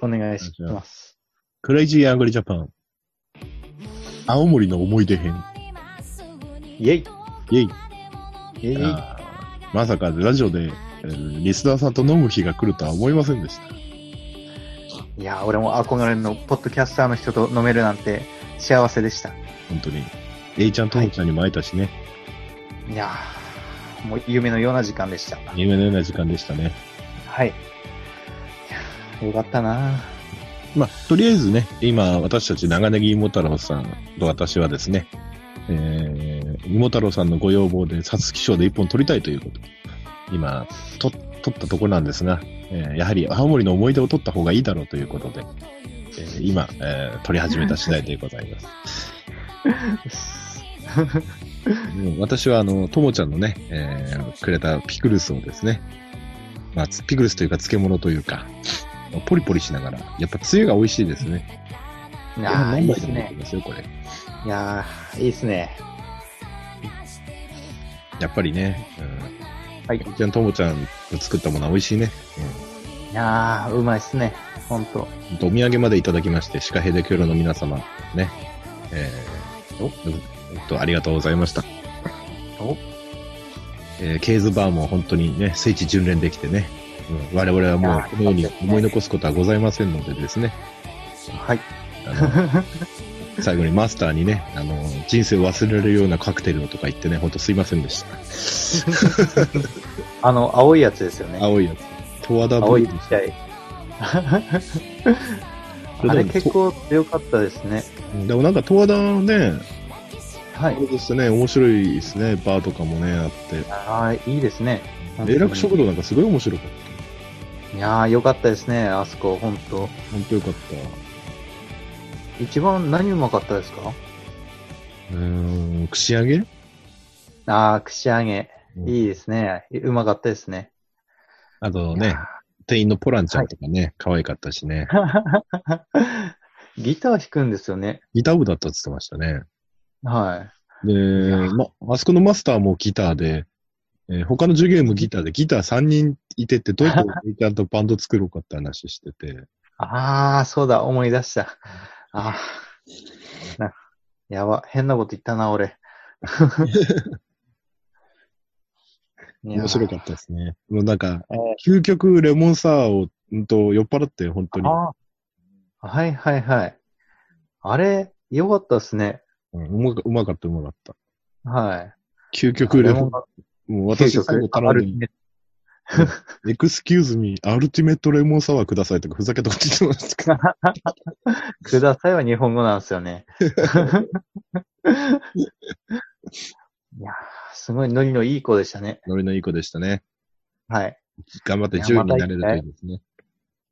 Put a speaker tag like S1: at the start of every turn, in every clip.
S1: お願いします。
S2: クレイジーアングリージャパン。青森の思い出編。
S1: イェイ
S2: イェイ。
S1: イェイイェイ
S2: あーまさかラジオで、えーリスナーさんと飲む日が来るとは思いませんでした。
S1: いやー、俺も憧れのポッドキャスターの人と飲めるなんて幸せでした。
S2: 本当に。えいちゃんともちゃんにも会えたしね。
S1: いやー、もう夢のような時間でした。
S2: 夢のような時間でしたね。
S1: はい。いやーよかったな
S2: まあ、とりあえずね、今、私たち長ネギ芋太郎さんと私はですね、えー、芋太郎さんのご要望で、サツキ賞で一本取りたいということ。今、と、取ったところなんですが、えーやはり青森の思い出を取った方がいいだろうということで、えー今、えー取り始めた次第でございます。 もう私は、あの、ともちゃんのね、えーくれたピクルスをですね、まあ、つピクルスというか漬物というか、ポリポリしながら、やっぱつゆが美味しいですね。
S1: いやー、いい
S2: 何
S1: で
S2: 杯ですもでき
S1: ね。
S2: ますよ、これ。
S1: いやー、いいですね。
S2: やっぱりね、
S1: はい。
S2: うん。ちゃんともちゃんの作ったものは美味しいね。
S1: いやー、うまいっすね。ほんと。
S2: うん。お土産までいただきまして、シカヘデキョロの皆様、ね。えー、お、うんえっと、ありがとうございました。
S1: お
S2: えーケーズバーも本当にね、聖地巡礼できてね、うん、我々はもうこのように思い残すことはございませんのでですね、
S1: はい。
S2: あの 最後にマスターにね、あの、人生を忘れられるようなカクテルをとか言ってね、本当すいませんでした。
S1: あの、青いやつですよね。
S2: 青いやつ。十和田
S1: 青い
S2: ブルー
S1: 液 体。あれ結構強かったですね。
S2: でもなんか十和田のね、
S1: はい
S2: そう。ですね、面白いですね、バーとかもね、あっ
S1: あーいいですね。
S2: て。英楽食堂なんかすごい面白かっ
S1: いやー、よかったですね、あそこ、ほんと。
S2: た。本当よかっ
S1: 一番何うまかったですか
S2: た。うーん、串揚げ
S1: あー、串揚げ。
S2: うん
S1: いいですね。うまかったですね。
S2: あとね、店員のポランちゃんとかね、可愛かったしね。
S1: ギター弾くんですよね。
S2: ギター部だったって言ってましたね。
S1: は
S2: で、
S1: や
S2: ま、あそこのマスターもギターで、えー他の授業もギターで、ギター3人いてって、どうやってギターとバンド作ろうかって話してて。
S1: い。あー、そうだ、思い出した。あー。なやば、変なこと言ったな、俺。いやー
S2: 面白かったですね。もうなんか、究極レモンサワーを、うんと、酔っ払って、本当に。
S1: ああ。はいはいはい。あれ、よかったですね。
S2: うんうまかうまかった、うまかった。
S1: は
S2: 究
S1: い。
S2: 極レモン
S1: ンバ
S2: もう私最後頼んで、エクスキューズミー、アルティメットレモンサワーくださいとか、ふざけたこと言ってましたから。
S1: くださいは日本語なんですよね。いやーすごいノリのいい子でしたね。
S2: ノリのいい子でしたね。
S1: はい。
S2: 頑張って
S1: いや
S2: 10になれるといいですね。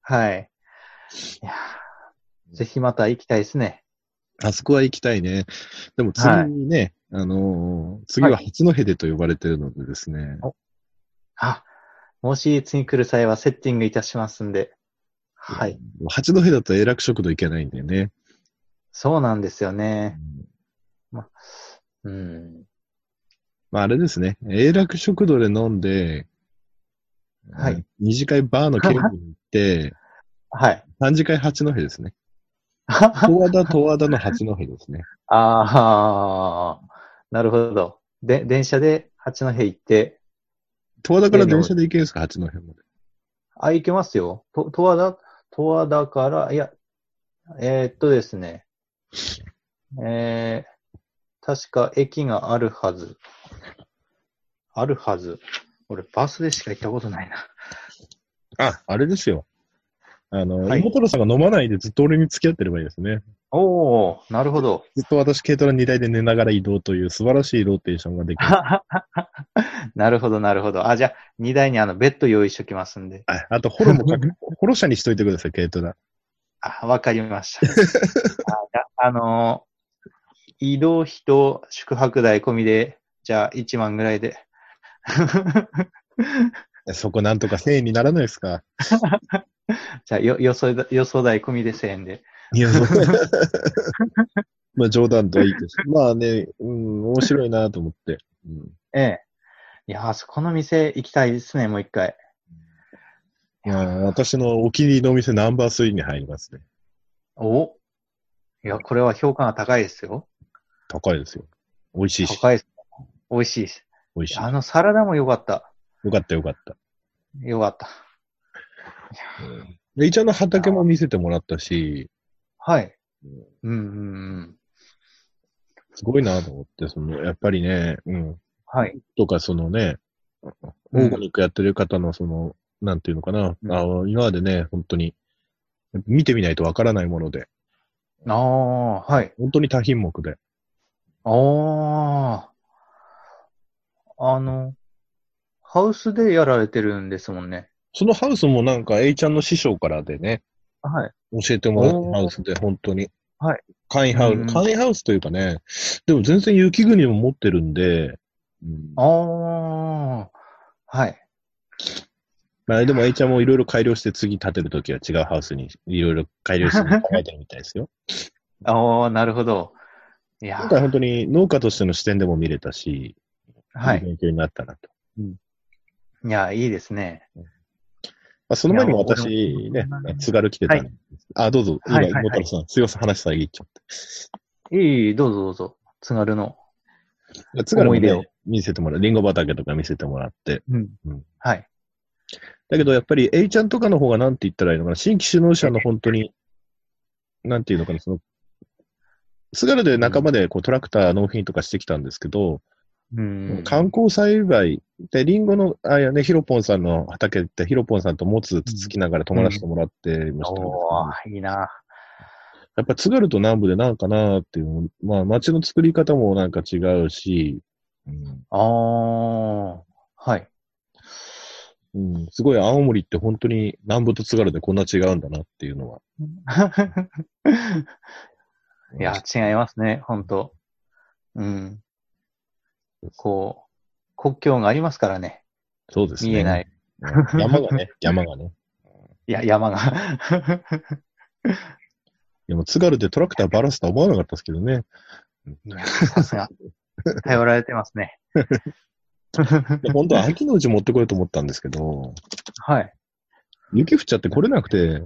S1: はい。いやーぜひまた行きたいですね。
S2: あそこは行きたいね。でも次にね、あのー次は八戸でと呼ばれてるのでですね、
S1: あ、もし次来る際はセッティングいたしますんで。はい。
S2: 八戸だと永楽食堂行けないんだよね。
S1: そうなんですよね。うん。
S2: まああれですね、永楽食堂で飲んで、
S1: はい
S2: うん。二次会バーの警部に行 って、
S1: はい。
S2: 三次会八戸です ね。十和田、十和田の八戸ですね。
S1: ああ、なるほど。で、電車で八戸行って、
S2: 十和田から電車で行けるんですか八戸まで。
S1: あ、行けますよ。と、十和田、十和田から、いや、えーっとですね。えー、確か駅があるはず。あるはず。俺、バスでしか行ったことないな。
S2: あ、あれですよ。あの、
S1: はい
S2: 妹さんが飲まないでずっと俺に付き合ってればいいですね。
S1: おー、なるほど。
S2: ずっと私、軽トラ2台で寝ながら移動という素晴らしいローテーションができる。
S1: なるほど、なるほど。あ、じゃあ、荷台にあの、ベッド用意しときますんで。
S2: ああと、ホロもか け、ホロ車にしといてください、軽トラ。
S1: あ、わかりました。 あじゃあ、あのー移動費と宿泊代込みで、じゃあ1万ぐらいで。
S2: そこなんとか1000円にならないですか。
S1: じゃあ、よ、予想だ、予想代込みで1000円で。
S2: いや、そう まあ、冗談とはいいです。まあね、うん、面白いなと思って。うん
S1: ええ。いやー、そこの店行きたいですね、もう一回。
S2: いやー私のお気に入りのお店ナンバー3に入りますね。
S1: おいや、これは評価が高いですよ。
S2: 高いですよ。美味しいし、
S1: 高いです。美味しいです。
S2: 美味しい。
S1: あ
S2: よ
S1: のサラダも良かった。
S2: かったよかった。
S1: 良かった。
S2: で、イチャの畑も見せてもらったし、
S1: はい。うんうんうん。
S2: すごいなと思って、その、やっぱりね、うん。
S1: はい。
S2: とか、そのね、オ
S1: うん
S2: ーガニックやってる方の、その、なんていうのかな、
S1: うん
S2: あの今までね、本当に、見てみないとわからないもので、
S1: ああ、はい。
S2: 本当に多品目で。
S1: ああ。あの、ハウスでやられてるんですもんね。
S2: そのハウスもなんか、A ちゃんの師匠からでね、
S1: はい。
S2: 教えてもらった
S1: おー
S2: ハウスで、本当に。
S1: はい。
S2: 簡易ハウ
S1: うん
S2: ス、簡易ハウスというかね、でも全然雪国も持ってるんで、うん
S1: ああ。はい。
S2: まあでも A ちゃんもいろいろ改良して次建てるときは違うハウスにいろいろ 改良して考えてるみたいですよ。
S1: ああ、なるほど。いや
S2: 今、回本当に農家としての視点でも見れたし、
S1: はい。
S2: 勉強になったなと。
S1: いや、いいですね。
S2: まあ、その前にも
S1: いや俺も
S2: 私ね
S1: うん、
S2: 津軽来てたんです、あ、どうぞ、今、
S1: はいはいはい
S2: 妹太郎さん、すいません、話遮っちゃって。
S1: いい、どうぞどうぞ。津軽の。
S2: まあ津軽も、
S1: 思い出を
S2: ね、見せてもらう、リンゴ畑とか見せてもらって。
S1: うん
S2: うん
S1: はい。
S2: だけどやっぱり、A ちゃんとかの方がなんて言ったらいいのかな、新規首脳者の本当に、なんていうのかな、その、津軽で仲間でこうトラクター納品とかしてきたんですけど、
S1: うん。
S2: 観光栽培で、リンゴの、あ、いやね、ヒロポンさんの畑って、ヒロポンさんと持つつつきながら泊まらせてもらってましたけど、
S1: おー、いいな。
S2: やっぱ津軽と南部でなんかなっていう、まあ街の作り方もなんか違うし、うん
S1: ああ。はい。
S2: うん、すごい青森って本当に南部と津軽でこんな違うんだなっていうのは。
S1: いや、違いますね、本当うん。こう、国境がありますからね。
S2: そうですね。
S1: 見えない。
S2: うん。山 がね、山がね。
S1: いや、山が。
S2: でも津軽でトラクターばらすとは思わなかったですけどね。
S1: いやさすが。 頼られてますね。
S2: で本当は秋のうち持ってこようと思ったんですけど、
S1: はい。
S2: 雪降っちゃって来れなくて、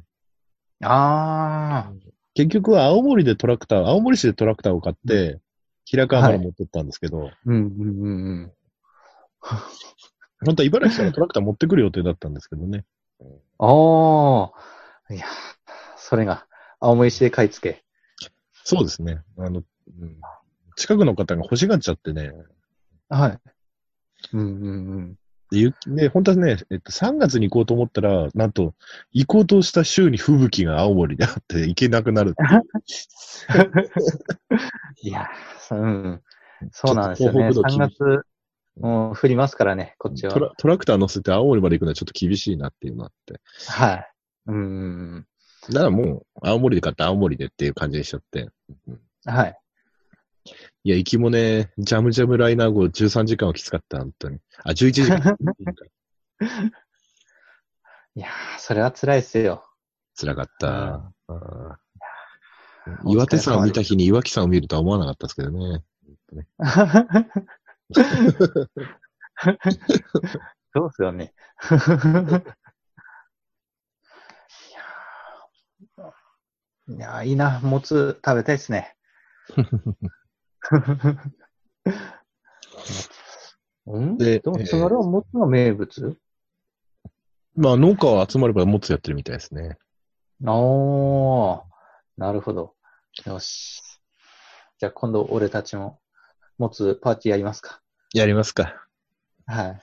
S1: あ
S2: 結局は青森でトラクター、青森市でトラクターを買って、平川まで持ってったんですけど、
S1: ー。うんうんうんうん。
S2: 本当は茨城からトラクター持ってくる予定だったんですけどね。
S1: おー。いや、それが、青森市で買い付け。
S2: そうですね。あの、うん、近くの方が欲しがっちゃってね。
S1: はい。うんうん うん。
S2: で、雪ね本当はね、えっと、3月に行こうと思ったら、なんと、行こうとした週に吹雪が青森であって、行けなくなるっていう。
S1: いや、そうん。そうなんですよね。
S2: ちょっと東
S1: 3
S2: 北道厳しい
S1: 月、もう降りますからね、こっちは
S2: ト。ラトラクター乗せて青森まで行くのはちょっと厳しいなっていうのがあって。
S1: はい。うんうん
S2: だからもう、青森で買った青森でっていう感じにしちゃって。
S1: うん。はい。
S2: いや、行きもね、ジャムジャムライナー号13時間はきつかった、本当に。あ、11時 間。
S1: いやー、それは辛いっすよ。
S2: 辛かった。
S1: いや
S2: 岩手山を見た日に岩木山を見るとは思わなかったですけどね。
S1: そうっすよね。いやーいやー、いいな。もつ食べたいっすね。うん
S2: で
S1: で、どう
S2: えー
S1: 津軽はもつが名物
S2: まあ、農家は集まればもつやってるみたいですね。
S1: おー、なるほど。よし。じゃあ今度俺たちも、持つパーティーやりますか。
S2: やります か。
S1: はい。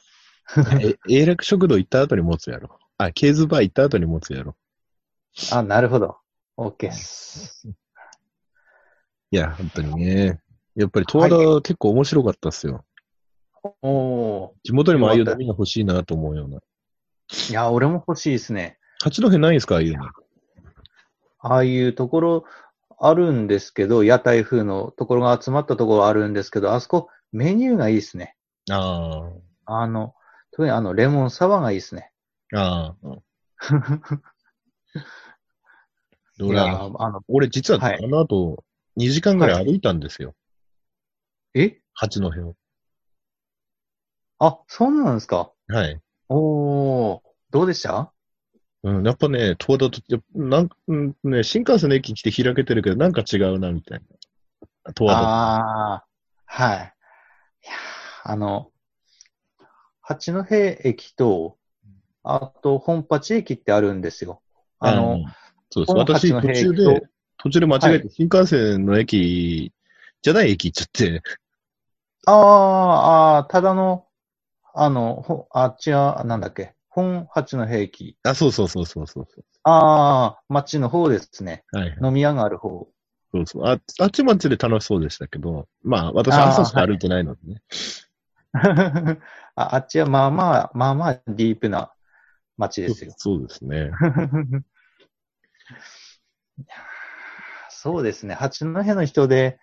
S2: え、永楽食堂行った後にもつやろう。あ、ケーズバー行った後にもつやろう。
S1: あ、なるほど。OK っす。
S2: いや、本当にね。やっぱり十和田、結構面白かったっすよ。
S1: お
S2: 地元にもああいうのみんな欲しいなと思うような。
S1: ー。いや、俺も欲しいですね。
S2: 八戸ないんすかああいうの。
S1: ああいうところあるんですけど、屋台風のところが集まったところあるんですけど、あそこメニューがいいですね。
S2: あ
S1: あの、特にあの、レモンサワーがいいですね。
S2: あ。ああ。で
S1: い
S2: 俺、
S1: や
S2: あの
S1: ーあの、
S2: 俺実は
S1: はい
S2: あの後、2時間ぐらい歩いたんですよ。
S1: え
S2: 八戸を。
S1: あ、そうなんですか
S2: はい。
S1: おー。どうでした
S2: うん、やっぱね、東田と、やっぱなんか、うん、ね、新幹線の駅来て開けてるけど、なんか違うな、みたいな。東田
S1: ああ、はい。いやーあの、八戸駅と、あと、本八駅ってあるんですよ。あの、
S2: うんそうです。
S1: 本八
S2: 私、
S1: の
S2: 途
S1: 兵
S2: 中
S1: 役と
S2: で、途中で間違えて、新幹線の駅、じゃない駅行っちゃって、
S1: ああ、ああ、ただの、あの、ほあっちは、なんだっけ、本八の兵器。
S2: あ、そうそうそうそうそうそ
S1: ああ、町の方ですね。
S2: う。はいはい。
S1: 飲み屋がある方。
S2: そうそう。ああっちまっちで楽しそうでしたけど、まあ、私、
S1: あー
S2: 朝しか歩いてないのでね。
S1: ああっちはまあまあ、まあまあディープな町ですよ。
S2: そうそうで すね。
S1: いやーそうですね。八戸の人で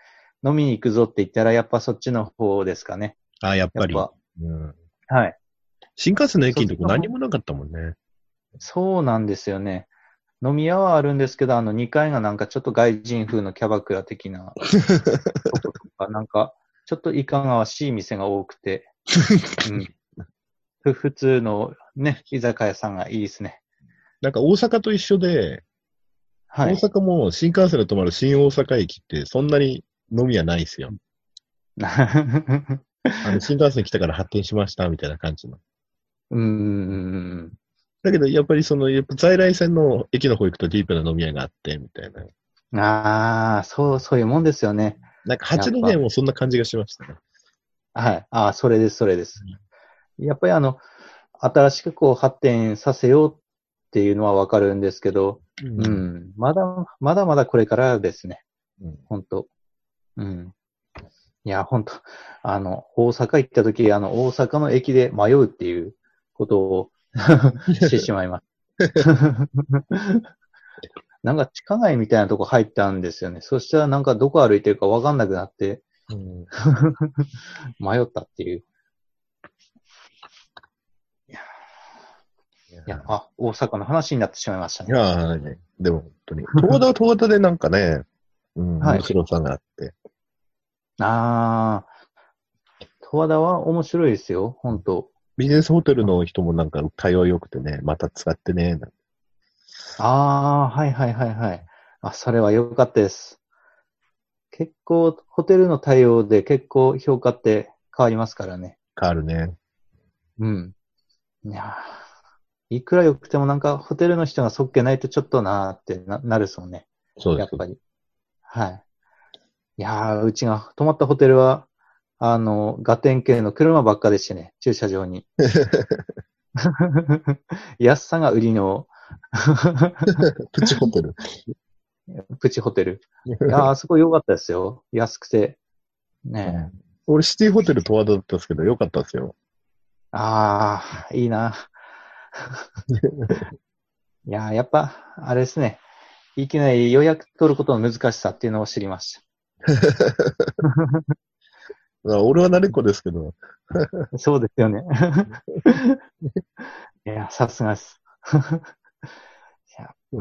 S1: 飲みに行くぞって言ったら、やっぱそっちの方ですかね。
S2: あやっ
S1: や
S2: ぱ
S1: っ
S2: り。
S1: ぱ。
S2: うん、
S1: はい。
S2: 新幹線の駅のと
S1: そ
S2: こ
S1: うそう
S2: 何もなかったもんね。
S1: そうなんですよね。飲み屋はあるんですけど、あの2階がなんかちょっと外人風のキャバクラ的なとこと か、なんかちょっといかがわしい店が多くて、うんふ普通のね、居酒屋さんがいいですね。
S2: なんか大阪と一緒で、
S1: は
S2: 大
S1: い。
S2: 阪も新幹線で止まる新大阪駅ってそんなに飲みはないん ですよ。あの新幹線来たから発展しましたみたいな感じの。
S1: うーん。
S2: だけどやっぱりその、やっぱ在来線の駅の方行くとディープな飲み屋があってみたいな。
S1: ああ、そう、そういうもんですよね。
S2: なんか八戸
S1: やっぱ
S2: もそんな感じがしましたね。
S1: はい。ああ、それです、それです。やっぱりあの、新しくこう発展させようっていうのはわかるんですけど、
S2: う
S1: う。ん。まだ、まだまだこれからですね。
S2: うん
S1: 本当うん。いや、本当あの、大阪行った時、あの、大阪の駅で迷うっていうことをしてしま います。なんか地下街みたいなとこ入ったんですよね。そしたらなんかどこ歩いてるかわかんなくなって
S2: うん
S1: 迷ったっていう。
S2: い
S1: いや、あ、大阪の話になってしまいました
S2: い
S1: ね。
S2: やーねでも本当に。東田は東田でなんかね、うん、
S1: はい
S2: 面白さがあって。
S1: あー。十和田は面白いですよ、本当
S2: ビジネスホテルの人もなんか対応良くてね、また使ってね、なんて
S1: ああ、はいはいはいはい。あ、それは良かったです。結構、ホテルの対応で結構評価って変わりますからね。
S2: 変わるね。
S1: うん。いやーいくら良くてもなんかホテルの人がそっけないとちょっとなーってななるっすもんね。
S2: そう
S1: や
S2: で
S1: っ
S2: す。
S1: ぱり。はい。いやーうちが泊まったホテルは、あの、ガテン系の車ばっかでしてね、駐車場に。 安さが売りの
S2: プチホ テル。
S1: プチホテル。いやー、あそこ良かったですよ。安くて。ねえ。
S2: 俺、シティホテル十和田だったんですけど、良かったですよ。
S1: ああ、いい な。いやー、やっぱ、あれですね。いきなり予約取ることの難しさっていうのを知りまし
S2: あ俺は慣れっこですけど、
S1: た。そうです よね。いや、さすがです。
S2: い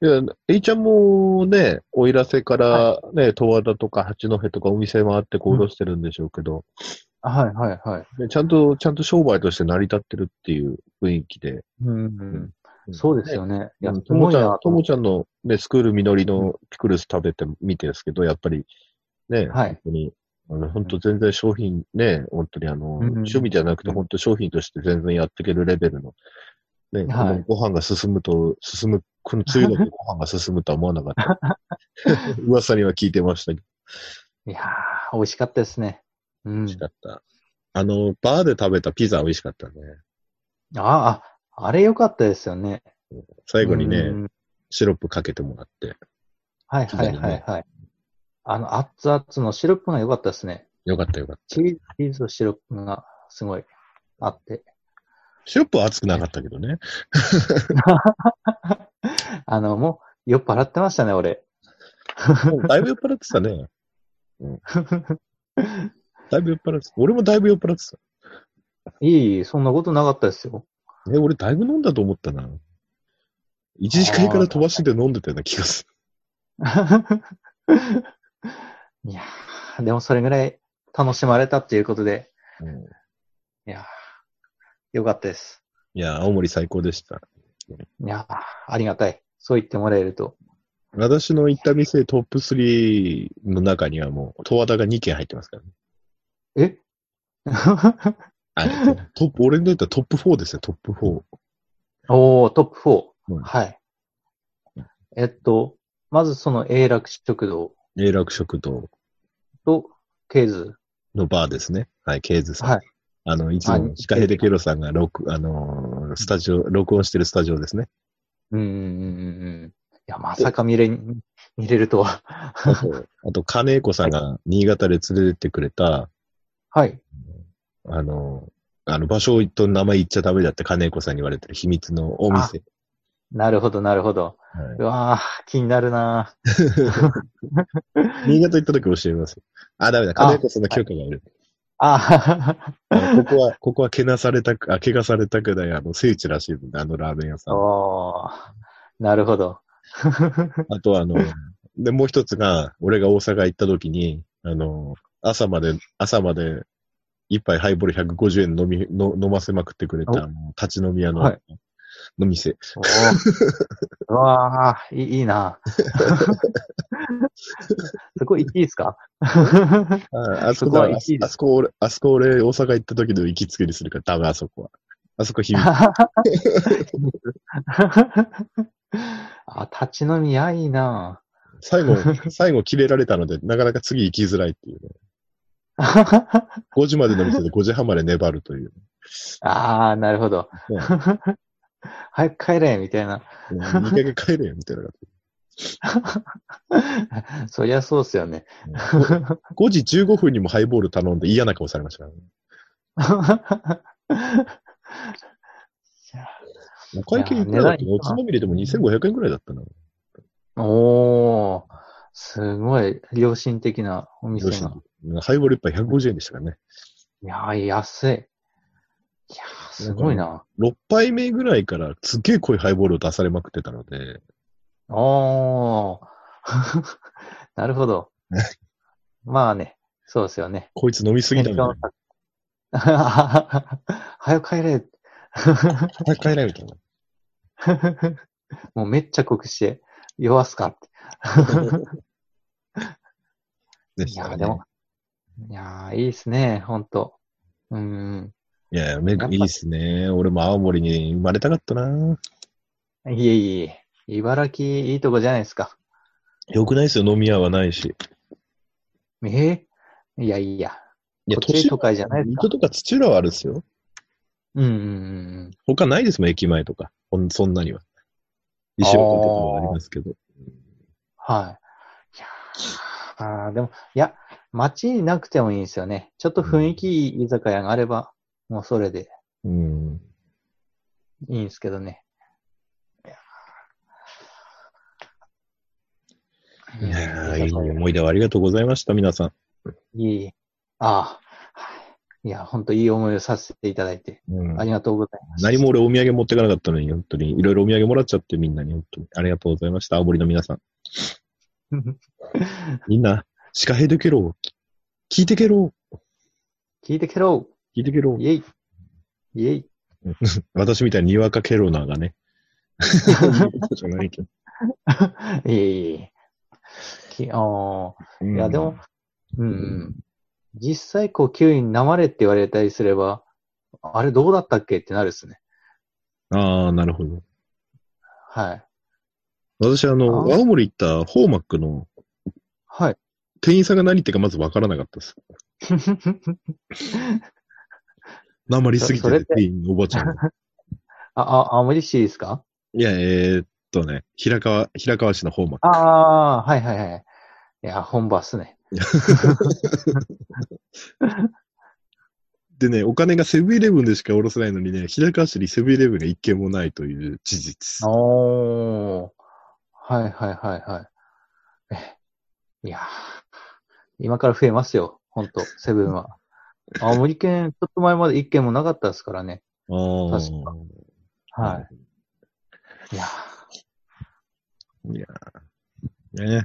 S2: や、A ちゃんもね、奥入瀬からね、十和田とか八戸とかお店回ってこう、
S1: うん
S2: おろしてるんでしょうけど、
S1: あはい、はい、はい。
S2: ねちゃんと、ちゃんと商売として成り立ってるっていう雰囲気で。
S1: うん、そうです
S2: ね。
S1: よね。い
S2: いや
S1: や、
S2: ともち
S1: すご
S2: ゃ、
S1: いなん
S2: ともちゃんのね、スクールみのりのピクルス食べてみてですけど、やっぱりね、
S1: はい
S2: 本当に、あの、本当全然商品ね、本当にあの、
S1: んうん
S2: 趣味じゃなくて
S1: うん
S2: 本当商品として全然やっていけるレベルの、ね、
S1: はい
S2: このご飯が進むと、進む、この梅雨だとご飯が進むとは思わなか った。噂には聞いてましたけど、
S1: いやー、美味しかったですね。う
S2: 美
S1: ん
S2: 味し。かった。あの、バーで食べたピザ美味しかったね。
S1: ああ、あれ良かったですよね。
S2: 最後にね、
S1: うん
S2: シロップかけてもらって、
S1: はいはいはいはい。あの、熱々のシロップが良かったですね。
S2: よかったよかった。
S1: チーズチーズとシロップがすごいあって。
S2: シロップは熱くなかったけどね。
S1: あの、もう酔っ払ってましたね、俺。
S2: もうだいぶ酔っ払ってたね。うん。だいぶ酔っ払ってた。俺もだいぶ酔っ払って
S1: いい、そんなことなかったですよ。
S2: た。え、俺だいぶ飲んだと思ったな。一時間から飛ばしで飲んでたような気がする。
S1: いやーでもそれぐらい楽しまれたっていうことで、
S2: うん
S1: いやー良かったです。
S2: いや、青森最高でした。
S1: いやー、ありがたい。そう言ってもらえると。
S2: 私の行った店トップ3の中にはもう、十和田が2軒入ってますから
S1: え
S2: ね。あ トップ、俺にとってはトップ4ですよ、トップ4。
S1: おー、トップ4。
S2: うん
S1: はい。えっと、まずその永楽食堂
S2: 永楽食堂
S1: と、ケーズ。
S2: のバーですね。はい、ケーズさん。
S1: はい
S2: あの、いつ
S1: あ
S2: もシカヘデケロさんが録、あのースタジオ、録音してるスタジオですね。
S1: うんうんうんうん。いや、まさか見れ、見れるとは。
S2: あと、あと金江子さんが新潟で連れてってくれた、
S1: はい。
S2: あのーあの、場所と名前言っちゃダメだって金江子さんに言われてる秘密のお店。
S1: なるほど、なるほど。
S2: は、
S1: うわー、気になるない
S2: 新潟行った時教えます。あ、ダメだ。金江子さんの許可がいる。
S1: ー。あ
S2: あのここは、ここはけなされたく、あ、怪我されたくない、あの、聖地らしいので、あのラーメン屋さ
S1: ー、
S2: ん。
S1: おー。なるほど。
S2: あとあの、で、もう一つが、俺が大阪行った時に、あの、朝まで、朝まで、一杯ハイボール150円飲み、の飲ませまくってくれ
S1: お
S2: た、あの立ち飲み屋の、
S1: はい
S2: の店。
S1: おーうわー、いいいいな そこ行っていいですか
S2: ああそ
S1: そ
S2: こ
S1: こは
S2: だあ
S1: 行きいいです
S2: あそこ俺、あそこ俺、大阪行った時の行きつけにするから、ダメ、あそこは。あそこ秘密。
S1: あ、立ち飲み屋いいな
S2: 最後、最後切れられたので、なかなか次行きづらいっていうね。
S1: あ
S2: 5時までの店で5時半まで粘るという。
S1: あ、なるほど
S2: ね。
S1: 早く帰れ、みたいな。
S2: もう2回帰れよ、みたいな。
S1: そりゃそうっすよね。
S2: 5時15分にもハイボール頼んで嫌な顔されましたからね。お会計いくらだった
S1: い
S2: の
S1: や値段い
S2: お
S1: くな
S2: つまみ入れても2500円くらいだったの。
S1: おー、すごい良心的なお店
S2: 両親
S1: が。
S2: ハイボール一杯150円でしたからね。
S1: いやー、安い。いやー、すごいな。
S2: 6杯目ぐらいからすっげえ濃いハイボールを出されまくってたので、
S1: おー。 なるほ ど。まあね、そうですよね。
S2: こいつ飲みすぎだみたいな。
S1: 早く帰れ。
S2: 早く帰れみたいな。
S1: もうめっちゃ濃くして、酔わすかって。
S2: で
S1: い
S2: した
S1: や
S2: ね
S1: ー、でも。、いやー、いいっすね、ほんと。うん
S2: いや、めい
S1: ぱ
S2: いっすね。俺も青森に生まれたかったな。
S1: うん。いえいえ、茨城いいとこじゃないですか。
S2: よくないっすよ、飲み屋はないし。
S1: ええいやいや。
S2: いや、
S1: こっち都会じゃないです
S2: 水
S1: か
S2: 戸。とか土浦はあるっすよ。
S1: うんうんうん
S2: 他ないですもん、駅前とか。ほんそんなには。石岡とかはありますけど。
S1: うん。はい。いやーあーでも、いや、街になくてもいいんですよね。ちょっと雰囲気いい居酒屋があれば、もうそれで
S2: うん。
S1: いいんですけどね。
S2: い
S1: う
S2: や
S1: ん
S2: ーいい思い出をありがとうございました、皆さん。
S1: いい。ああ。はいいや、本当いい思いをさせていただいて、
S2: うん
S1: ありがとうございます。
S2: 何も俺お土産持ってかなかったのに、本当に。いろいろお土産もらっちゃって、みんなに。本当に。ありがとうございました。青森の皆さん。みんな、シカヘドケロー。聞いてけろ
S1: 聞いてけろ
S2: 聞いてけろ
S1: イェイイェイ
S2: 私みたいににわかケロナーが ね。じゃないけど
S1: いえいえいえ。きあーいや、でも、、うん、うん。実際、こう、キウイに生れって言われたりすれば、あれどうだったっけってなるっすね。
S2: うんああ、なるほど。
S1: はい。
S2: 私、あの、
S1: あー
S2: 青森行ったホーマックの
S1: はい。
S2: 店員さんが何言ってるかまずわからなかった です。なまりすぎて、
S1: そそれってて
S2: 店員のおばあちゃんが。
S1: あ、あ、青森市ですか
S2: いや、えーっとね、平川、平川市のホーマック。
S1: ああー、はいはいはい。いや、本場っすね。
S2: でね、お金がセブンイレブンでしか下ろせないのにね、平川市にセブンイレブンが一軒もないという事実。
S1: おー。はいはいはいはい。えいやー今から増えますよ。ほんと、セブン は。青森県、ちょっと前まで一件もなかったですからね。
S2: あ
S1: 確
S2: ー
S1: かはい。いやー
S2: ね。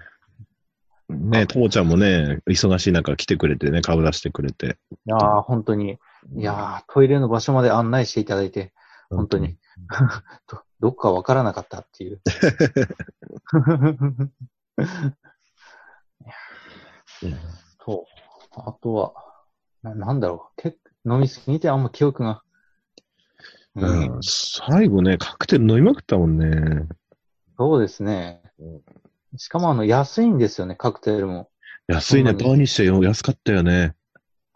S2: ねともちゃんもね、忙しい中来てくれてね、顔出してくれて。
S1: いやー、本当に。いやー、トイレの場所まで案内していただいて、本当に。どっかわからなかったって いう。
S2: うん
S1: そう。あとは、ななんだろう。結構飲みすぎてあんま記憶が。
S2: うん、最後ね、カクテル飲みまくったもんね。
S1: そうですね。しかもあの、安いんですよね、カクテルも。
S2: 安いね、
S1: そうなんだ
S2: バーにしてよ、安かったよね。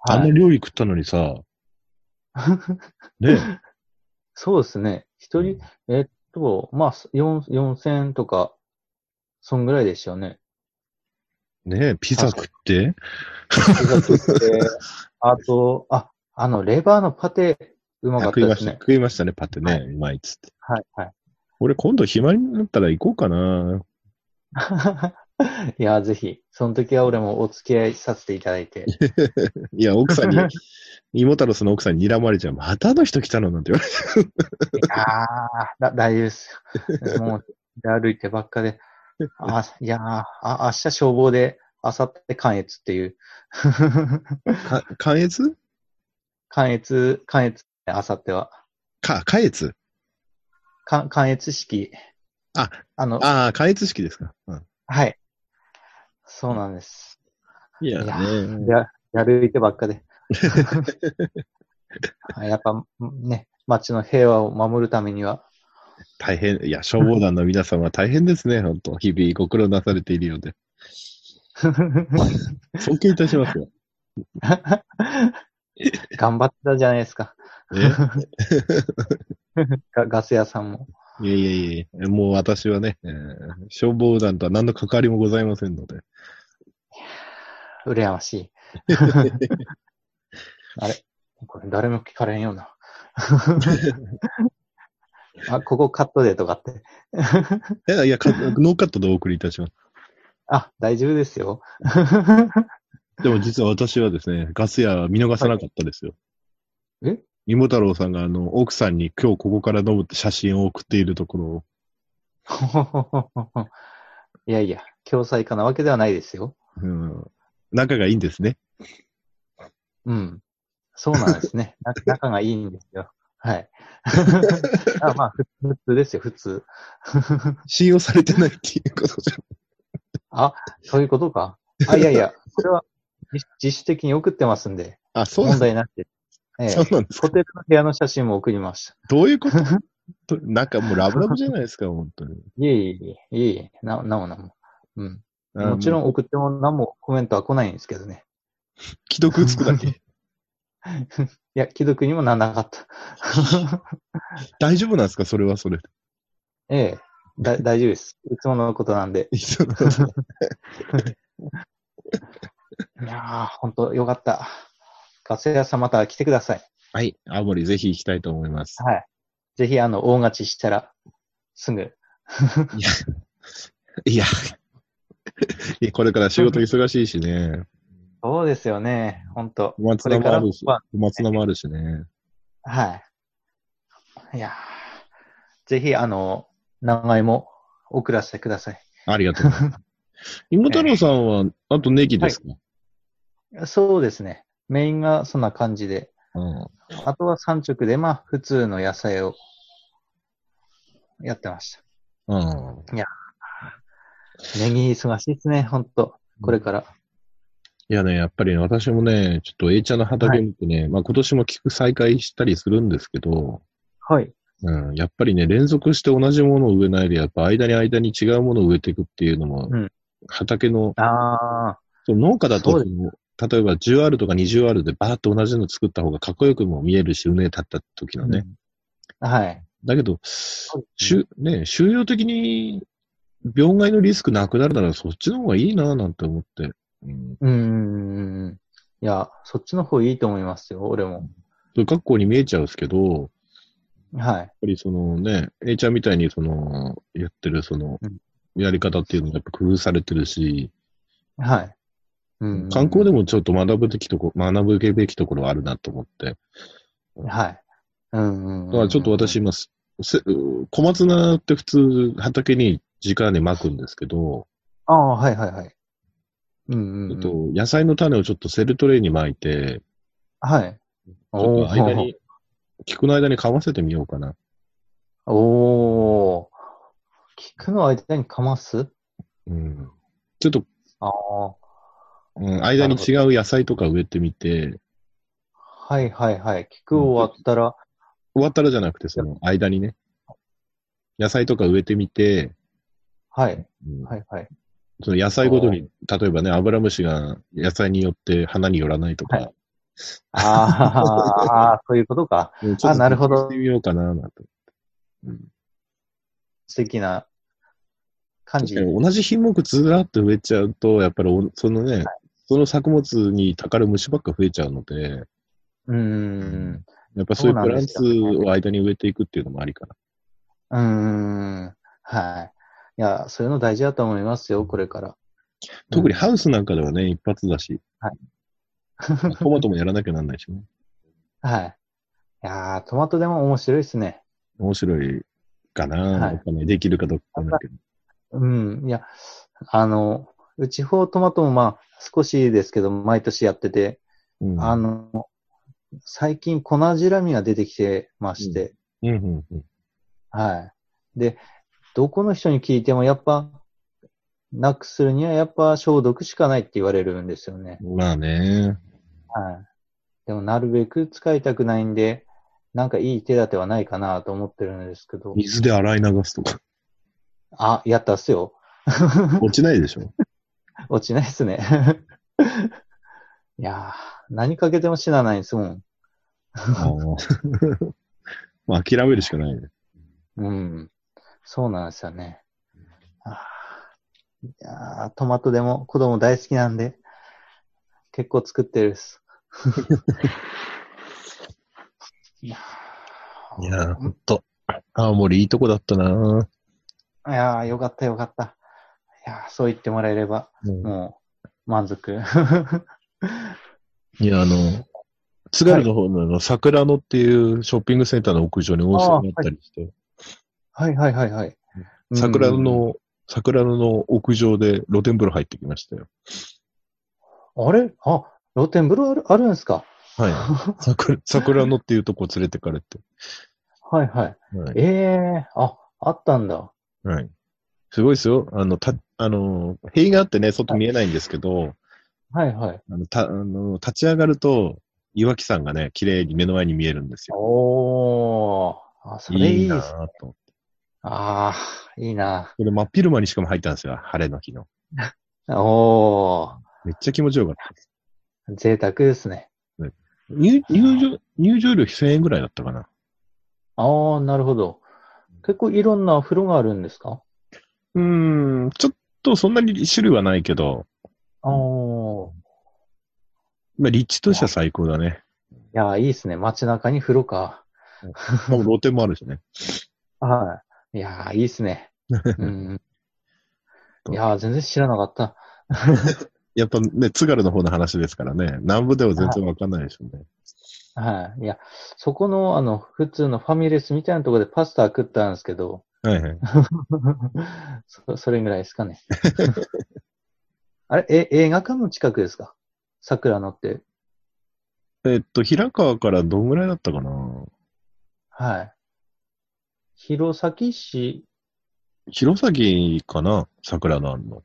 S2: あん
S1: は
S2: ない料理食ったのにさ。ね。
S1: そうですね。一人、えっと、まあ、四4000とか、そんぐらいでしたよね。
S2: ねピザ食って。
S1: ピザ食 って、あと、あ、あの、レバーのパテ、うまかった
S2: 食い
S1: で
S2: まし
S1: す
S2: た、
S1: ね。
S2: 食いましたね、パテね。うまいっつって。
S1: はい、はい。
S2: 俺今度暇になったら行こうかな。
S1: いや、ぜひ、その時は俺もお付き合いさせていただいて。
S2: いや、奥 さんに、芋太郎さんの奥さんに睨まれちゃう。またあの人来たのなんて言われて。
S1: ああ、だ大丈夫ですよ。もう、出歩いてばっかで。あいやーあ、明日消防で、明後日関越っていう。
S2: か、関越
S1: 関越、関越、明後日は。
S2: か、関越
S1: 関関越式。
S2: あ、
S1: あの、
S2: ああ、関越式ですか。うん、
S1: はい。そうなんです。
S2: いや
S1: いや
S2: ね。
S1: や、やるいてばっ かで。やっぱ、ね、町の平和を守るためには、
S2: 大変、いや、消防団の皆様は大変ですね、本当日々ご苦労なされているようで。 尊敬いたしますよ。
S1: 頑張ってたじゃないですか。
S2: ね、
S1: ガガス屋さんも。
S2: いやいやいや、もう私はね、えー消防団とは何の関わりもございませんので。
S1: 羨ましい。あれこれ誰も聞かれんような。あ、ここカットでとかって。
S2: いや、いや、かノーカットでお送りいたします。
S1: あ、大丈夫ですよ。
S2: でも実は私はですね、ガス屋見逃さなかったですよ。
S1: はいえ
S2: 芋太郎さんがあの、奥さんに今日ここから飲むって写真を送っているところを、
S1: いやいや、共済化なわけではないですよ。
S2: うん、仲がいいんですね。
S1: うん。そうなんですね。な 仲がいいんですよ。はい。 あまあ、ふ 普通ですよ、普通。
S2: 信用されてないっていうことじゃ。
S1: そういうことか。 あ、いやいや、これは自自主的に送ってますんで、
S2: あ、そうな
S1: 問
S2: んだ。
S1: 題なくて。ええ
S2: そうなんです
S1: ホ
S2: か。
S1: テルの部屋の写真も送りました。
S2: どういうこと なんかもうラブラブじゃないですか、本当 に。
S1: いえいえいえ、いえいえ、な、なもなも。うん。もちろ
S2: ん。
S1: ん送っても何もコメントは来ないんですけどね。
S2: 既読つくだ け。
S1: いや、既読にもなんなかった。
S2: 大丈夫なんですか、それはそれで。
S1: ええ、だ、 大丈夫です。いつものことなんで。
S2: いつもの
S1: いやー、ほんとよかった。ガス屋さんまた来てください。
S2: はい、青森ぜひ行きたいと思います。
S1: はい。ぜひ、あの、大勝ちしたら、すぐ。
S2: いや、いやこれから仕事忙しいしね。
S1: そうですよね。ほんと
S2: 小。松菜もあるし、
S1: これからは
S2: 小松菜もあるしね。
S1: はい。いやーぜひ、あの、長芋、送らせてください。
S2: ありがと うございます。芋太郎さんは、あとネギですか、
S1: そうですね。メインがそんな感じで。
S2: うん。
S1: あとは3直で、まあ、普通の野菜を、やってました。
S2: うん。
S1: ネギ忙しいですね、ほんと。これから。
S2: いやね、やっぱり私もね、ちょっと A ちゃんの畑見てね、まあ今年も菊再開したりするんですけど、
S1: はい。
S2: うん、やっぱりね、連続して同じものを植えないで、やっぱ間に間に違うものを植えていくっていうのも、
S1: うん
S2: 畑の、
S1: あ
S2: その農家だ
S1: そう
S2: と
S1: で、
S2: 例えば 10R とか 20R でバーッと同じの作った方がかっこよくも見えるし、畝立った時
S1: あ。
S2: のね。
S1: はい。
S2: だけど、しゅね、収容的に病害のリスクなくなるならそっちの方がいいななんて思って。うん、
S1: うーん。いや、そっちの方いいと思いますよ、俺も。
S2: そういう格好に見えちゃうんですけど、やっ
S1: はい。
S2: ぱりそのね、A ちゃんみたいにその、やってるその
S1: うん、
S2: やり方っていうのがやっぱ工夫されてるし、
S1: はい。うん。
S2: 観光でもちょっと学ぶべきとこ、学ぶべきところはあるなと思って。
S1: はい。うんうんうん。
S2: だからちょっと私。今、せ小松菜って普通畑に直で巻くんですけど、
S1: ああ、はいはいはい。うんうん、うん。
S2: えっと、野菜の種をちょっとセルトレイに巻いて、
S1: はい。
S2: ちょっと間
S1: おー
S2: に、聞くの間にかませてみようかな。
S1: おー。聞くの間にかます
S2: うん。ちょっと、
S1: ああ。
S2: うん、間に違う野菜とか植えてみて、
S1: はいはいはい。聞く終わったら、
S2: 終わったらじゃなくて、その間にね、野菜とか植えてみて、
S1: はい、
S2: うん
S1: はいはい。
S2: その野菜ごとに、例えばね、アブラムシが野菜によって花によらないとか、
S1: はいああ、 そういうことか。
S2: うんちょっと
S1: なるほど
S2: してみようかな、なんて。
S1: 素敵な感じ
S2: 確か。に同じ品目ずらっと植えちゃうと、やっぱりおそのね、その作物にたかる虫ばっか増えちゃうので、
S1: うーん。
S2: やっぱそういう
S1: そうな
S2: プ
S1: ん
S2: ラ
S1: で
S2: ン
S1: す
S2: ツ
S1: よね
S2: を間に植えていくっていうのもありか
S1: う
S2: な。
S1: ーん。はい。いや、そういうの大事だと思いますよ、これから。
S2: 特にハウスなんかではね、一発だし、
S1: はい
S2: トマトもやらなきゃなんな いしね。
S1: はい。いやー、トマトでも面白いですね。
S2: 面白いかな、
S1: はい
S2: わかんないできるかどうかわかんないけど。
S1: うん。いや、あの、うちほうトマトもまあ、少しですけど、毎年やってて、
S2: うん
S1: あの、最近粉じらみが出てきてまして、
S2: うんうんうん
S1: はい。で、どこの人に聞いてもやっぱ、なくするにはやっぱ消毒しかないって言われるんですよね。
S2: まあね。
S1: はい。でもなるべく使いたくないんで、なんかいい手立てはないかなと思ってるんですけど。
S2: 水で洗い流すとか。
S1: あ、やったっすよ。
S2: 落ちない でしょ。
S1: 落ちないっすね。 いやー、何かけても死なないですもん。
S2: あー まあ諦めるしかないね。
S1: うん。そうなんですよね。あーいやートマトでも子供大好きなんで、結構作ってるっ す。いや
S2: いやー、ほんと。青森いいとこだったな、
S1: ーいやーよかったよかった。いやーそう言ってもらえれば、もう、満足。
S2: いや、あの、津軽の方のあの桜野っていうショッピングセンターの屋上に温泉があったりして、
S1: はいはいはいはい。
S2: 桜野
S1: うん
S2: の、桜野の屋上で露天風呂入ってきましたよ。
S1: あれあ、露天風呂あるあるんですか
S2: はい。桜桜野っていうとこ連れてかれて。
S1: はいはい。
S2: はい。
S1: ええあ、あったんだ。
S2: はい、すごいですよ。あの、た、あの、塀があってね、外見えないんですけど、
S1: はいはい。
S2: あの、た、あの、立ち上がると、岩木山がね、綺麗に目の前に見えるんですよ。
S1: おー。あ、それいい
S2: な
S1: で
S2: ぁ
S1: す。
S2: と。
S1: ああ、いいな。
S2: これ真っ昼間にしかも入ったんですよ。晴れの日の。
S1: おー。
S2: めっちゃ気持ちよかったです。
S1: 贅沢ですね。
S2: 入入場、入場料1000円ぐらいだったかな。
S1: ああ、なるほど。結構いろんな風呂があるんですか
S2: うーん、ちょっとそんなに種類はないけど、
S1: おー。
S2: まあ、立地としては最高だ ね。
S1: いやー、いいですね。街中に風呂か。
S2: もう露店もあるしね。
S1: はい。いやー、いいです ね。うん。いやー、全然知らなかった。
S2: やっぱね、津軽の方の話ですからね。南部では全然わかんないでしょうね。
S1: はい。いや、そこの、あの、普通のファミレスみたいなところでパスタ食ったんですけど、
S2: はい はい。
S1: そそれぐらいですかね。 あれ、え、映画館の近くですか桜野って。
S2: えっと、平川からどんぐらいだったかな
S1: はい。弘前市、
S2: 弘前かな桜のあんの。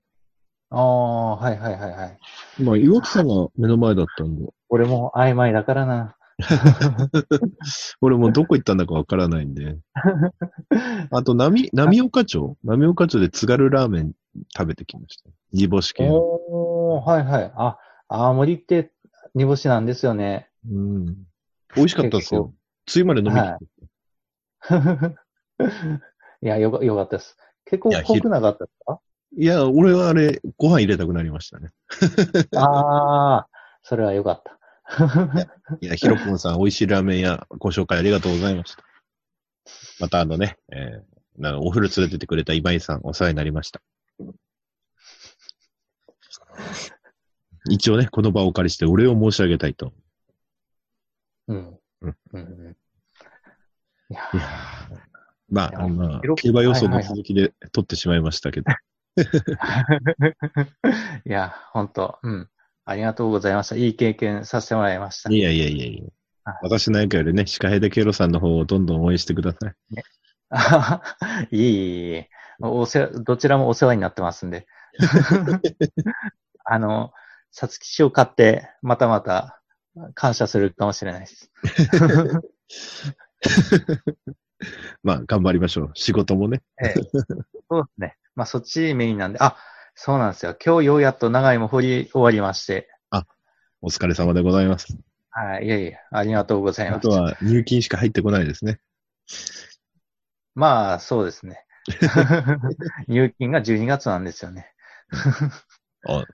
S1: ああ、はいはいはいはい。
S2: まあ、岩木さんが目の前だったんで、
S1: 俺も曖昧だからな。
S2: 俺もうどこ行ったんだかわからないん で。あと、波、波岡町波岡町で津軽ラーメン食べてきました。煮干し系の。
S1: おー、はいはい。あ、青森って煮干しなんですよね。
S2: うん。美味しかったですよ。ついまで飲み切って。
S1: はい や、よか、よかったです。結構
S2: いや
S1: 濃くなかったですか
S2: い、や、俺はあれ、ご飯入れたくなりましたね。
S1: ああ、それはよかった。
S2: いや、ひろぽんさん、美味しいラーメン屋、ご紹介ありがとうございました。またあのね、えー、なお風呂連れてってくれた今井さん、お世話になりま した。一応ね、この場をお借りしてお礼を申し上げたいと。
S1: うん。
S2: うん
S1: うん。いや
S2: いやまあ、
S1: いや
S2: まあ
S1: ひろ、
S2: 競馬予想の続きで取ってしまいましたけ ど。
S1: ー、いや、本当うん。ありがとうございました。いい経験させても らいました。
S2: いやいやいやいや
S1: はい。
S2: 私なんかよりね、シカヘデケロさんの方をどんどん応援してください。
S1: あははいえいえいえ。お世話、どちらもお世話になってますんで。 あの、さつき市を買って、またまた感謝するかもしれないです。
S2: まあ、頑張りましょう。仕事もね。
S1: ええ、そうですね。まあ、そっちメインなんで、あ、そうなんですよ。今日ようやっと長いも掘り終わりまして、
S2: お疲れ様でございます。
S1: はい、いえいえ、ありがとうござい
S2: あ
S1: ま
S2: と
S1: す。
S2: は入金しか入ってこないですね。
S1: まあ、そうです ね。入金が12月なんですよね。
S2: あ、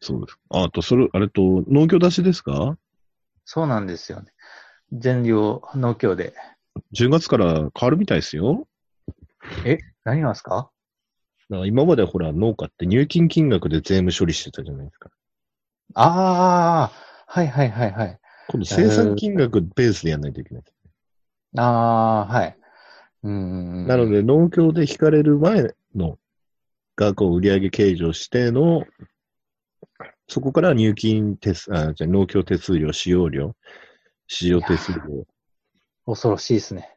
S2: そうです。ああと、それ、あれと、農協出しですか
S1: そうなんですよね。全量農協で。
S2: 10月から変わるみたいですよ。
S1: 何がですか
S2: だから今までほら、農家って入金金額で税務処理してたじゃないですか。
S1: ああ、はいはいはいはい。
S2: 今度生産金額ベースでやらないといけない。
S1: ああ、はい。うん。
S2: なので、農協で引かれる前の額を売上計上しての、そこから入金手数、あ、じゃあ農協手数料、使用料、市場手数料。
S1: 恐ろしいですね。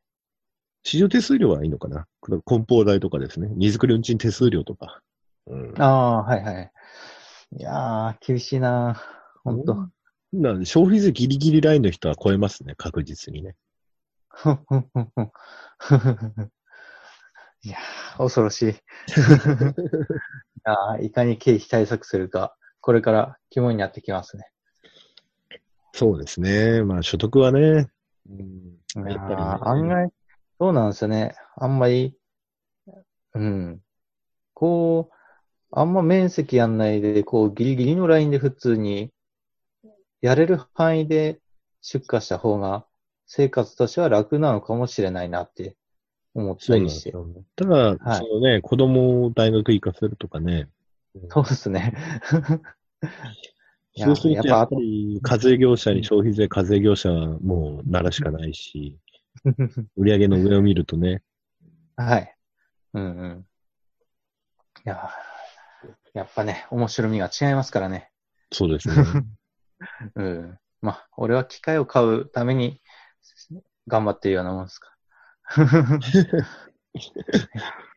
S2: 市場手数料はいいのかなこの梱包代とかですね。荷造り運賃手数料とか。うん。
S1: ああ、はいはい。いやー、厳しいな本当。
S2: なんで消費税ギリギリラインの人は超えますね、確実にね。
S1: ふんふんふんふんふふふん いやー、恐ろしい。あーいかに経費対策するか、これから肝になってきますね。
S2: そうですね。まあ、所得はね。うん
S1: いや
S2: やっぱりね
S1: ー案外、そうなんですよね。あんまり、うん。こう、あんま面積やんないで、こう、ギリギリのラインで普通に、やれる範囲で出荷した方が、生活としては楽なのかもしれないなって思った
S2: そうなん
S1: り
S2: で
S1: し
S2: す
S1: て。
S2: よ、ね。ただ、
S1: はい
S2: そのね、子供を大学行かせるとかね。
S1: そうですね。いや
S2: そうすると、や
S1: やっ
S2: っぱ
S1: ぱ
S2: り、課税業者に消費税課税業者はもうならしかないし、売り上げの上を見るとね、
S1: はい。うんうん。いやーやっぱね、面白みが違いますからね。
S2: そう ですね。
S1: うん。まあ、俺は機械を買うために頑張ってるようなもんですか。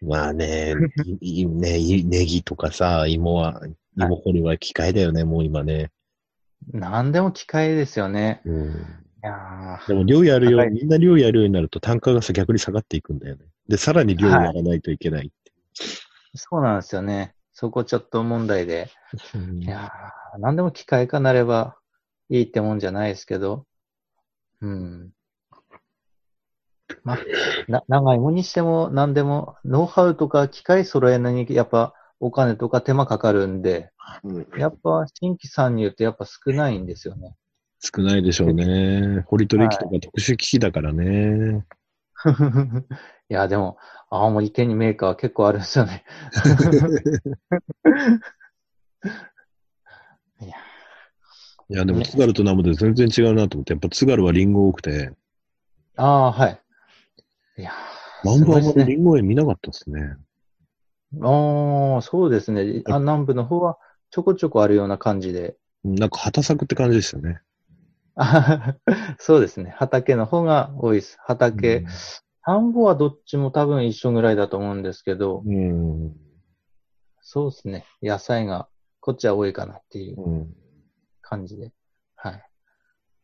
S2: まあね、いいね、いネギとかさ、芋は、芋掘りは機械だよね、もう今ね。
S1: 何でも機械ですよね。
S2: うん
S1: いや
S2: でも量やるよ
S1: 高
S2: う、
S1: い
S2: みんな量やるようになると単価がさ逆に下がっていくんだよね。で、さらに量やらないといけないって。
S1: ーそうなんですよね。そこちょっと問題で。
S2: うん
S1: いやー何でも機械化なればいいってもんじゃないですけど。うん。まあ、な、長いもにしても何でも、ノウハウとか機械揃えるのにやっぱお金とか手間かかるんで、やっぱ新規参入ってやっぱ少ないんですよね。
S2: 少ないでしょうね。掘り取り機とか特殊機器だからね。
S1: いや、でも、青森県にメーカーは結構あるんですよね。
S2: いや、でも津軽と生で全然違うなと思って、やっぱ津軽はリンゴ多くて、
S1: ああ、はい。いやー、すごい
S2: 南部あん
S1: で
S2: ますり
S1: ね。
S2: リンゴ園見なかったですね。
S1: ああ、そうですね。あ南部の方はちょこちょこあるような感じで。
S2: なんか畑作って感じでしたね。
S1: あははそうですね。畑の方が多いです。畑。田んぼはどっちも多分一緒ぐらいだと思うんですけど、
S2: うん。うん。
S1: そうですね。野菜がこっちは多いかなっていう。
S2: うん
S1: 感じで。はい。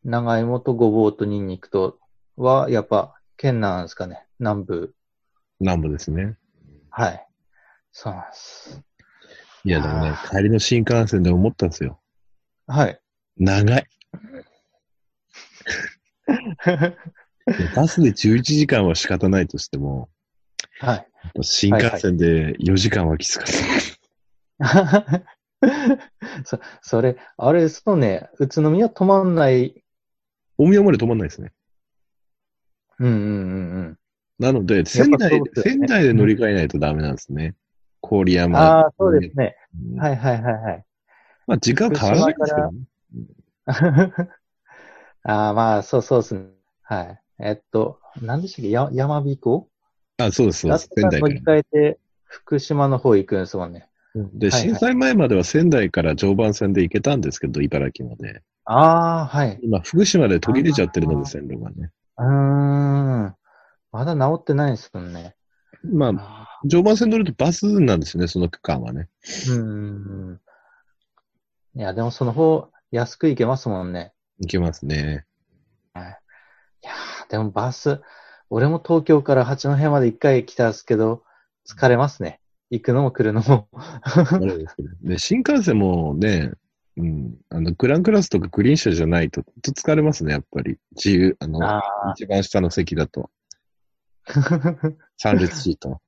S1: 長芋とごぼうとニンニクとは、やっぱ、県なんですかね。南部。
S2: 南部ですね。
S1: はい。そうなんです。
S2: いや、でもね
S1: あ、ー
S2: 帰りの新幹線で思ったんですよ。
S1: はい。
S2: 長い。いやバスで11時間は仕方ないとしても、
S1: はい。
S2: 新幹線で4時間はきつかった。
S1: そ、それ、あれ、そうね、宇都宮止まんない。
S2: 大宮まで止まんないですね。
S1: うんうんうんうん。
S2: なので、仙台、
S1: そうですよ
S2: 仙
S1: ね
S2: 台で乗り換えないとダメなんですね。郡山。
S1: ああ、そうですね。
S2: うん
S1: はいはいはいはい。
S2: まあ、時間変わらないですけどね。
S1: ああ、まあ、そうそうですね。はい。えっと、何でしたっけや、山彦
S2: あ、そうです、そうです。仙台か
S1: 乗り
S2: ら。
S1: 換えて、福島の方行くんですもんね。
S2: で、
S1: はいはい
S2: 震災前までは仙台から常磐線で行けたんですけど、茨城まで。
S1: ああ、はい。
S2: 今、福島で途切れちゃってるので、線路がね。
S1: うーん。まだ治ってないですもんね。
S2: まあ、常磐線乗るとバスなんですよね、その区間はね。
S1: うん。いや、でもその方、安く行けますもんね。
S2: 行けますね。
S1: いやーでもバス、俺も東京から八戸まで一回来たんですけど、疲れますね。行くのも来るのも。
S2: あれですけどで新幹線もね、うん、あの、グランクラスとかグリーン車じゃないと、ちょっと疲れますね、やっぱり。自由、あの、
S1: あ
S2: 一番下の席だと、
S1: ー
S2: 三列シー ト。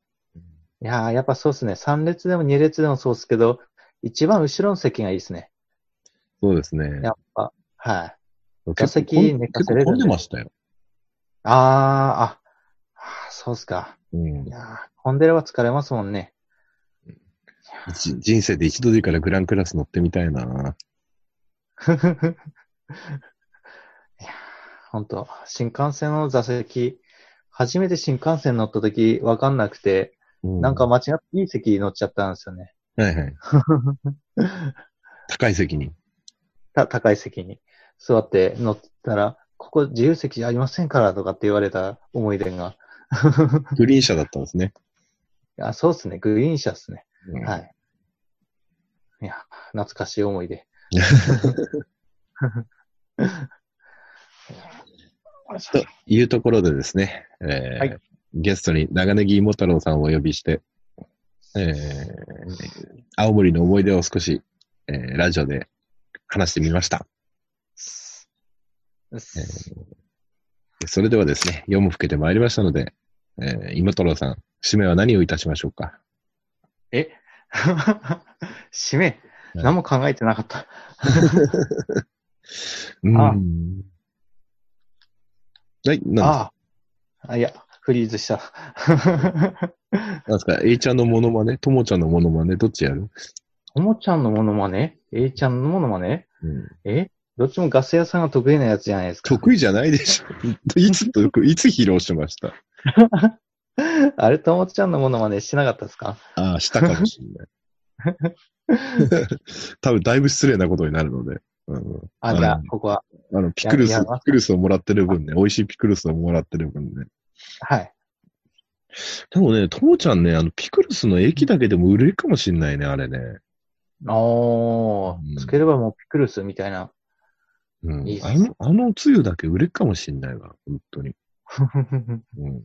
S1: いやーやっぱそうですね。3列でも2列でもそうですけど、一番後ろの席がいいですね。
S2: そうですね。
S1: やっぱ。はい。座
S2: 結構
S1: 席
S2: 混ん
S1: 寝かせ
S2: 結構
S1: れるんで
S2: 混んでましたよ。
S1: あー、あ、あーそうっすか。
S2: うん
S1: い。やー混んでれば疲れますもんね。
S2: じ人生で一度でいいからグランクラス乗ってみたいな。
S1: いやーほんと、新幹線の座席、初めて新幹線乗った時わかんなくて、
S2: うん
S1: なんか、間違っていい席乗っちゃったんですよ ね。
S2: はいはい。高い席に。
S1: た高い席に座って乗ってたら、ここ自由席じゃありませんからとかって言われた思い出が。
S2: グリーン車だったんですね。
S1: あそうですね、グリーン車ですね。
S2: うん
S1: はい。いや、懐かしい思い出。
S2: というところでですね、えー
S1: はい
S2: ゲストに長ネギ芋太郎さんをお呼びして、えー青森の思い出を少し、えーラジオで話してみました。
S1: うっす
S2: それではですね、夜も更けてまいりましたので、えー、芋太郎さん、締めは何をいたしましょうか。
S1: え締め、
S2: い
S1: 何も考えてなかった。
S2: うん
S1: あ
S2: はい、なん
S1: ああ。あ、いや、フリーズした。
S2: ですなんですか ?A ちゃんのモノマネともちゃんのモノマネどっちやる、
S1: ともちゃんのモノマネ ?A ちゃんのモノマネ
S2: うん、
S1: えどっちもガス屋さんが得意なやつじゃないですか。
S2: 得意じゃないでしょ。 いつ得意、いつ披露しました
S1: あれ、ともちゃんのモノマネしてなかったですか
S2: ああ、したかもしれない。 多分だいぶ失礼なことになるので。うん、
S1: あ、じゃ
S2: う
S1: あ
S2: ん、
S1: ここは。
S2: あの、ピクル
S1: い
S2: ス、
S1: やい
S2: ピ
S1: や
S2: クルスをもらってる分ね、美味しいピクルスをもらってる分ね。
S1: はい。
S2: でもね、ともちゃんね、あの、ピクルスの液だけでも売れるかもしれないね、あれね。
S1: お
S2: うん
S1: ー、つければもうピクルスみたいな。
S2: うん
S1: いいっ。す
S2: あの、あのつゆだけ売れるかもしれないわ、本当に。うん。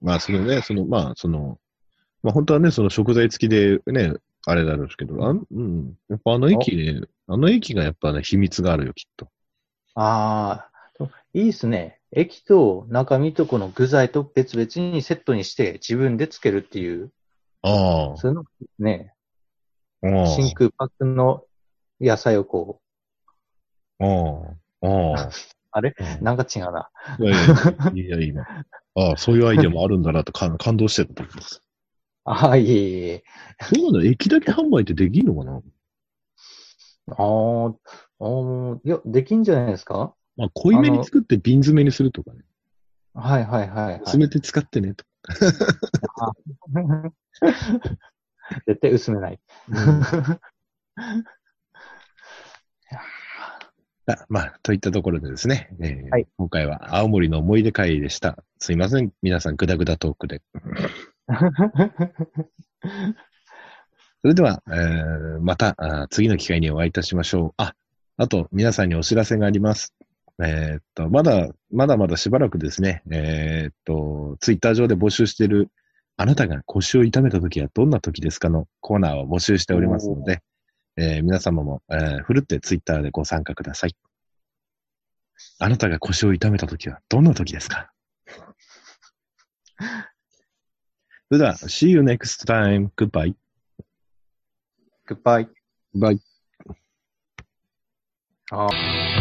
S2: まあ、そのね、その、まあ、その、まあ、本当はね、その食材付きでね、あれなんですけど、あんうん。やっぱあの駅ね、あの駅がやっぱね、秘密があるよ、きっと。
S1: あー、でもいいですね。液と中身とこの具材と別々にセットにして自分でつけるっていう、
S2: あ
S1: そういうのがいいですね。
S2: あ。ああ。
S1: 真空パックの野菜をこ
S2: ああ、ああ。
S1: あれ
S2: うん
S1: う、なんか違うな。
S2: いやいやいや、いいな。 ああ、そういうアイデアもあるんだなと感感動してたと思います。
S1: ああ、いえいえいえ。
S2: そうなの駅だけ販売ってできるのかな
S1: あーあー、いや、できんじゃないですか
S2: まあ、濃いめに作って瓶詰めにするとかね。
S1: はいはいはい、はい。
S2: 詰めて使ってねと。
S1: 絶対薄めない。
S2: あまあ、といったところでですね、えー
S1: はい
S2: 今回は青森の思い出会でした。すいません、皆さん、グダグダトークで。それでは、えーまたあー次の機会にお会いいたしましょう。あ、あと皆さんにお知らせがあります。えーっと、まだ、まだまだしばらくですね、えーっと、ツイッター上で募集している、あなたが腰を痛めた時はどんな時ですかのコーナーを募集しておりますので、えー皆様も、えーふるってツイッターでご参加ください。あなたが腰を痛めた時はどんな時ですかそれでは、see you next time. Goodbye.
S1: Goodbye.
S2: Bye.
S1: あー